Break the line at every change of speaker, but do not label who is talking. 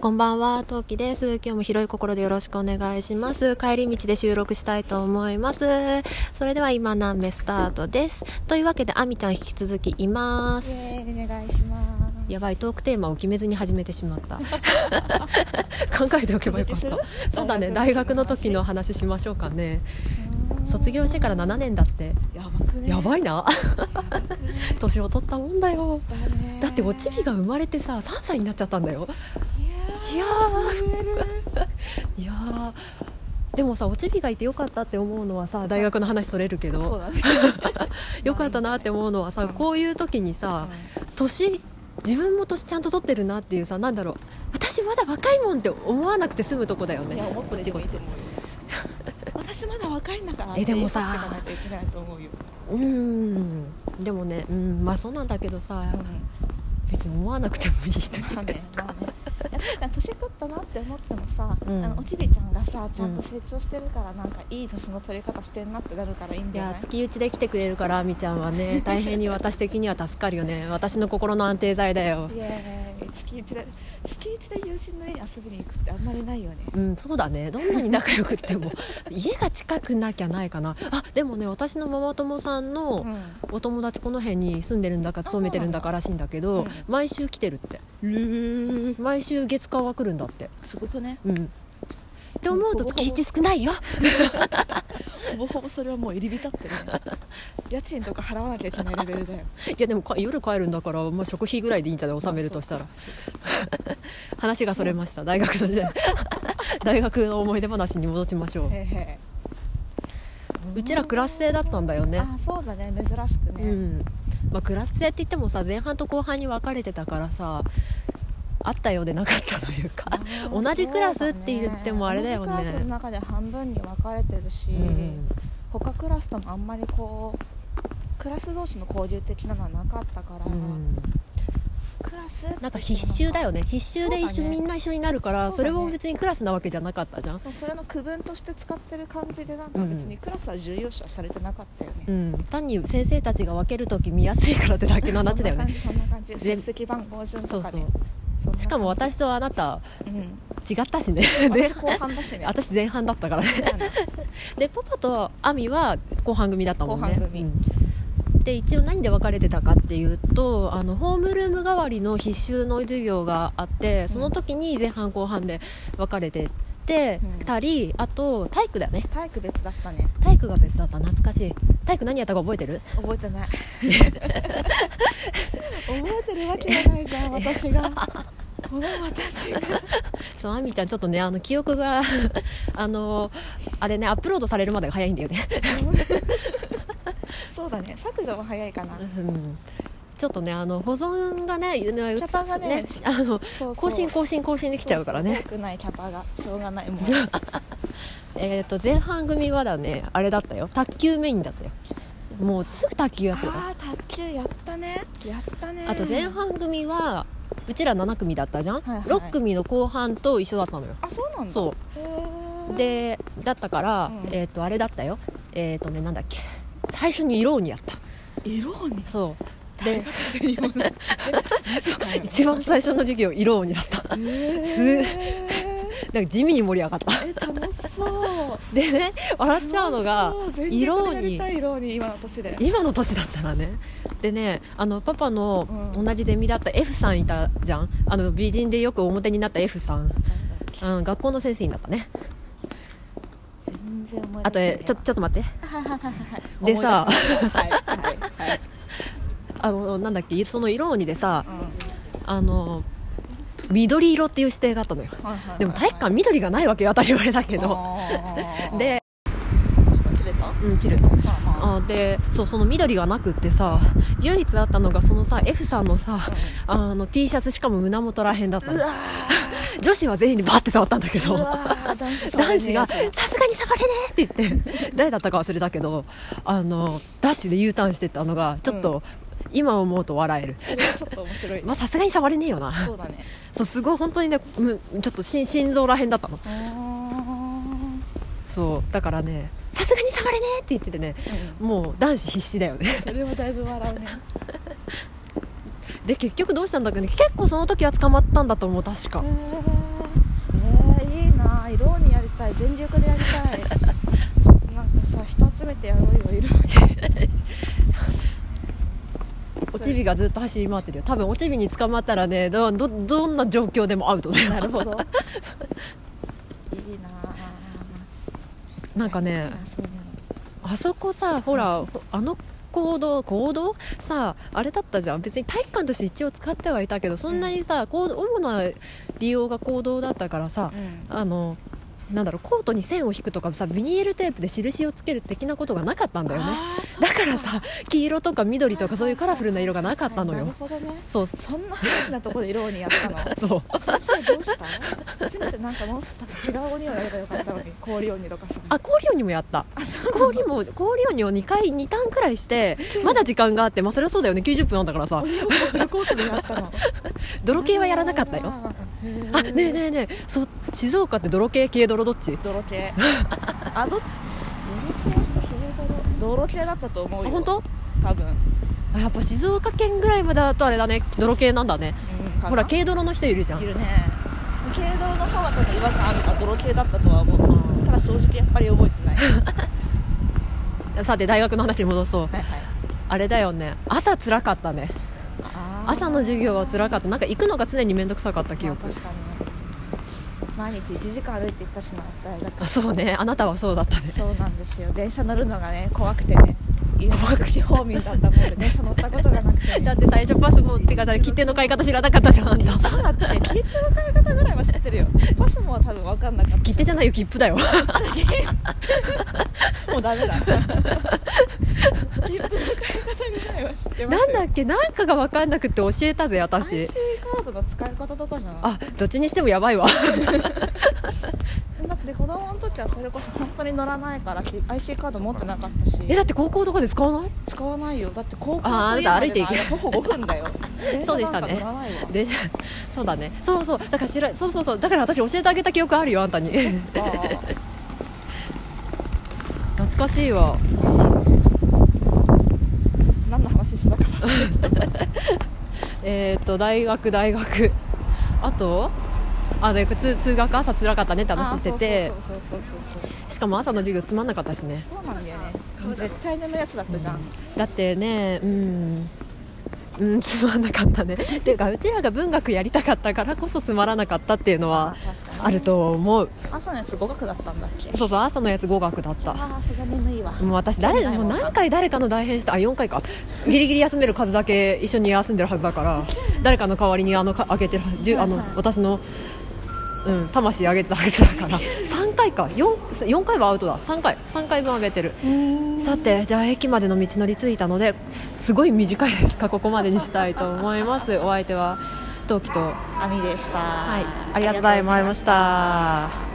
こんばんは、トウキです。今日も広い心でよろしくお願いします。帰り道で収録したいと思います。それでは今何目スタートです。というわけで、あみちゃん引き続きいます。
イエーイお願いします。
やばい、トークテーマを決めずに始めてしま った。考えておけばよかった
続き。
そうだね、大
大
学
学
の
の
時
時
の
の
話しましょうかね。
うん
卒業してから7年だって。
やばくね。
やば
い。
いな。 年を取ったもんだよ。だっておちびが生まれてさ3歳になっちゃったんだよいやーいやーでもさおちびがいてよかったって思うのはさ大学の話それるけ
そう
ど
だね。
よかったなって思うのはさ
うん
こういう時にさ年自分も年ちゃんと取ってるなっていうさなんだろう私まだ若いもんって思わなくて済むとこだよ
いや
ね
思ってでもいいと思うよ。 私まだ若いんだから。
えでもさ
って思っていかないといけないと思うよ。
うーんでもねうんまあそうなんだけどさ別に思わなくてもいい人
まあね、まあね。いや確かに年取ったなって思ってもさ、
うん
あのおちびちゃんがさちゃんと成長してるからなんかいい年の取り方してんなってなるからいいん
い
じゃ
や
ない。
月打ちで来てくれるからあみちゃんはね大変に私的には助かるよね私の心の安定剤だよ
イエーイ月一で月一で友人の家に遊びに行くってあんまりないよね。
うん、そうだねどんなに仲良くって も家が近くなきゃないかなあでもね私のママ友さん
う
の
ん。
お友達この辺に住んでるんだか
あ
勤めてるんだからしいんだけど
そうなんだ
毎週来てるって毎週月火は来るんだって
すごくね。
うんって思うと
ほぼほぼ
月一少ないよ
ほぼほぼそれはもう入り 浸ってるね家賃とか払わなきゃいけないレベルだよ
いやでもか夜帰るんだから、まあ、食費ぐらいでいいんじゃない納めるとしたら、話がそれました大学の 時代大学の思い出話に戻しましょう
へへ
うちらクラス制だったんだよね
あそうだね珍しくね、
うんまあ、クラス制って言ってもさ前半と後半に分かれてたからさあったようでなかったという
あ
か
ー
同じクラスって言ってもあれだよね
同じクラスの中で半分に分かれてるし、
うん
他クラスともあんまりこうクラス同士の交流的なのはなかったから、
うん
クラスって
なんか必修だよね必修で一
そ
緒
うだね
みんな一緒になるから
そ
そう
だ
れ
ね
も別にクラスなわけじゃなかったじゃん
そうそれの区分として使ってる感じでなんか別にクラスは重要視はされてなかったよね、
うん単に先生たちが分ける時見やすいからってだけの話だよね
そんな感じそんな感じ
全
成績番号順
そ
と
う
か
そう
ねそんな感じ
しかも私とあなた
うん
違ったしね で
私後半だしね
私前半だったからね
そうだね
でパパとアミは後半組だったもんね
後半組
うんで一応何で分かれてたかっていうとあのホームルーム代わりの必修の授業があってその時に前半後半で分かれててたり、あと体育だよね
体育別だったね
体育が別だった懐かしい体育何やったか覚えてる
覚えてない覚えてるわけがないじゃん私がこの私 が
そうアミちゃんちょっとねあの記憶が あのあれねアップロードされるまでが早いんだよね、
そうだね削除も早いかな
うん、ちょっとねあの保存がねキ
ャパがね
あの
そうそう
更新更新更新できちゃうからね
そうそう多くないキャパがしょうがない もん
えー、と前半組はだねあれだったよ卓球メインだったよもうすぐ卓球やってた
あー卓球やったねやったね
あと前半組はうちら7組だったじゃん、
はいはい
6組の後半と一緒だったのよ
あそうなんだ
そ
へー
うでだったから、
うん
えっ、とあれだったよえっ、とねなんだっけ最初に色にやった
色に
そうで
専用のマジかよ
一番最初の授業色鬼だった
へー
なんか地味に盛り上がった
え楽しそう
でね笑っちゃうのが
楽しそう全力で
色
やり
に
たい色に今の年で
今の年だったらねでねあのパパの
うん
同じゼミだった F さんいたじゃんあの美人でよく表になった F さん、うん、学校の先生になったね
全然思い出せない
あとえちょちょっと 待って
はいはいはいはい
でさ
思い出しましたはいはいはい
あのなんだっけその色鬼でさ
うん
あの緑色っていう指定があったのよ
はいはいはい
でも体育館緑がないわけよ当たり前だけど
あー
で
ちょっと切れたま
うん切れた
あまあ
あでそうその緑がなくってさ唯一あったのがそのさ F さんのさあの T シャツしかも胸元らへんだった
う
の
わ
女子は全員にバッて触ったんだけ
ー
ど
うわー男子
男子が「さすがに触れねえ!」って言って 誰だったか忘れたけどあのダッシュで U ターンしてったのがちょっと、今思うと笑える
それはちょっと面白い
まあさすがに触れねえよな
そうだね
そうすごい本当にねむちょっと心心臓らへんだったの
あー
そうだからねさすがに触れねえって言っててねもう男子必死だよね
それはだいぶ笑うね
で結局どうしたんだっけね結構その時は捕まったんだと思う確か
へーい全力でやりたいちょっとなんかさ人集めてやろうよいろいろ
おちびがずっと走り回ってるよ多分おちびに捕まったらねどどどんな状況でもアウトだよ
なるほどいいなあ
なんかね
そういうの
あそこさほらほあの行動行動さあれだったじゃん別に体育館として一応使ってはいたけどそんなにさ、行動主な利用が行動だったからさ、あのなんだろうコートに線を引くとかさビニールテープで印をつける的なことがなかったんだよね
あーそう
だからさ黄色とか緑とかそういうカラフルな色がなかったの
はいな
よ
るほどね
そうそ
そんな大きなとこで色にやったの
そう
先生どうしたせめてなんかもう二つ違う鬼をやればよかったのに氷鬼とかさ
あ氷鬼もやった
あ そう
氷も氷鬼を2回2ターンくらいして
うん
まだ時間があってまあそれはそうだよね90分あんだからさ
鬼をフルコースでやったの
泥系はやらなかったよ
へー
あねえねえねえそ静岡って泥系軽泥どっち
泥系あど泥系泥系だったと思
あ
うよ
本当
多分、
あやっぱ静岡県ぐらいまでだとあれだね泥系なんだね
うん、かな
ほら軽泥の人いるじゃ
い
ん
るね軽泥の方は多分違和感あるから泥系だったとは思うただ正直やっぱり覚えてないは
さて大学の話に戻そう
いはい
あれだよね朝つらかったね朝の授業はつらかったなんか行くのが常に面倒くさかった記憶
まあ確かに毎日1時間歩いて行ったしな大学
あそうねあなたはそうだったね
そうなんですよ電車乗るのがね怖くてね怖く地方民だったもんで電車乗ったことがなくて、ね、
だって最初パスもってかさ切手の買い方知らなかったじゃんあんた
そうだって切手の買い方ぐらいは知ってるよパスも多分分かんなかっ
切手じゃないよ切符だ よ
たもう ダメだ切符の買い方ぐらいは知ってます
なんだ
っ
っけなんかが分かんなくて教えたぜ私
IC カードの使い方とかじゃない
あどっちにしてもやばいわ
だって子供の時はそれこそ本当に乗らないから IC カード持ってなかったし
えだって高校とかで使わない
使わないよだって高校
ああな
と家ま
た歩
で
いて行け
の間徒歩5 分だよ
そうでしたね
電車なんか乗らないわ
でそうだねそうそうだから知らそうそうそうだから私教えてあげた記憶あるよあんたに
あ
懐かしいわ
あそして何の話してたか忘れ
えーっと大学大学あとあで通通学朝つらかったねって
た
話してて
ああそうそうそうそう
しかも朝の授業つまんなかったしね
そうそうそうなんだよね絶対眠いやつだったじゃん、
だってねうんうんつまんなかった ねっていうかうちらが文学やりたかったからこそつまらなかったっていうのは
確かに
あると思う
朝のやつ語学だったんだっけ
そうそう朝のやつ語学だった
ああそれは眠いわ
もう私誰
興味ない
も
も
うん
な
何回誰かの代変したあ4回かギリギリ休める数だけ一緒に休んでるはずだから誰かの代わりにあのかあげてるじゅあの
はいはい
私の、うん、魂あげてたはずだ から3回か 4, 四回はアウトだ3回3回分あげてるさてじゃあ駅までの道のり着いたのですごい短いですかここまでにしたいと思いますお相手は同期と、は
網でした
い、ありがとうございました。